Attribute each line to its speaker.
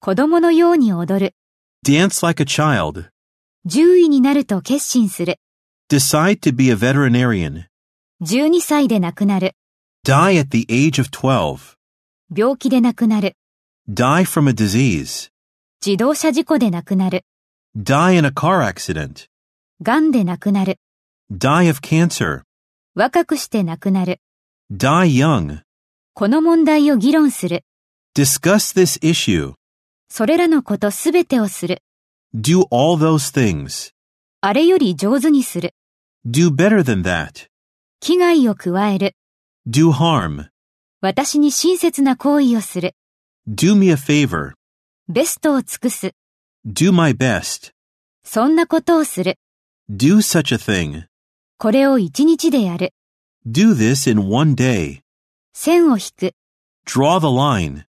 Speaker 1: 子供のように踊る。
Speaker 2: Dance like a child.
Speaker 1: 獣医になると決心する。
Speaker 2: Decide to be a veterinarian.
Speaker 1: 12歳で亡くなる。
Speaker 2: Die at the age of 12.
Speaker 1: 病気で亡くなる。
Speaker 2: Die from a disease.
Speaker 1: 自動車事故で亡くなる。
Speaker 2: Die in a car accident.
Speaker 1: 癌で亡くなる。
Speaker 2: Die of cancer.
Speaker 1: 若くして亡くなる。
Speaker 2: Die young.
Speaker 1: この問題を議論する。
Speaker 2: Discuss this issue.
Speaker 1: それらのことすべてをする。
Speaker 2: Do all those things.
Speaker 1: あれより上手にする。
Speaker 2: Do better than that.
Speaker 1: 危害を加える。
Speaker 2: Do harm.
Speaker 1: 私に親切な行為をする。
Speaker 2: Do me a favor.
Speaker 1: ベストを尽くす。
Speaker 2: Do my best.
Speaker 1: そんなことをする。
Speaker 2: Do such a thing.
Speaker 1: これを一日でやる。
Speaker 2: Do this in one day.
Speaker 1: 線を引く。
Speaker 2: Draw the line.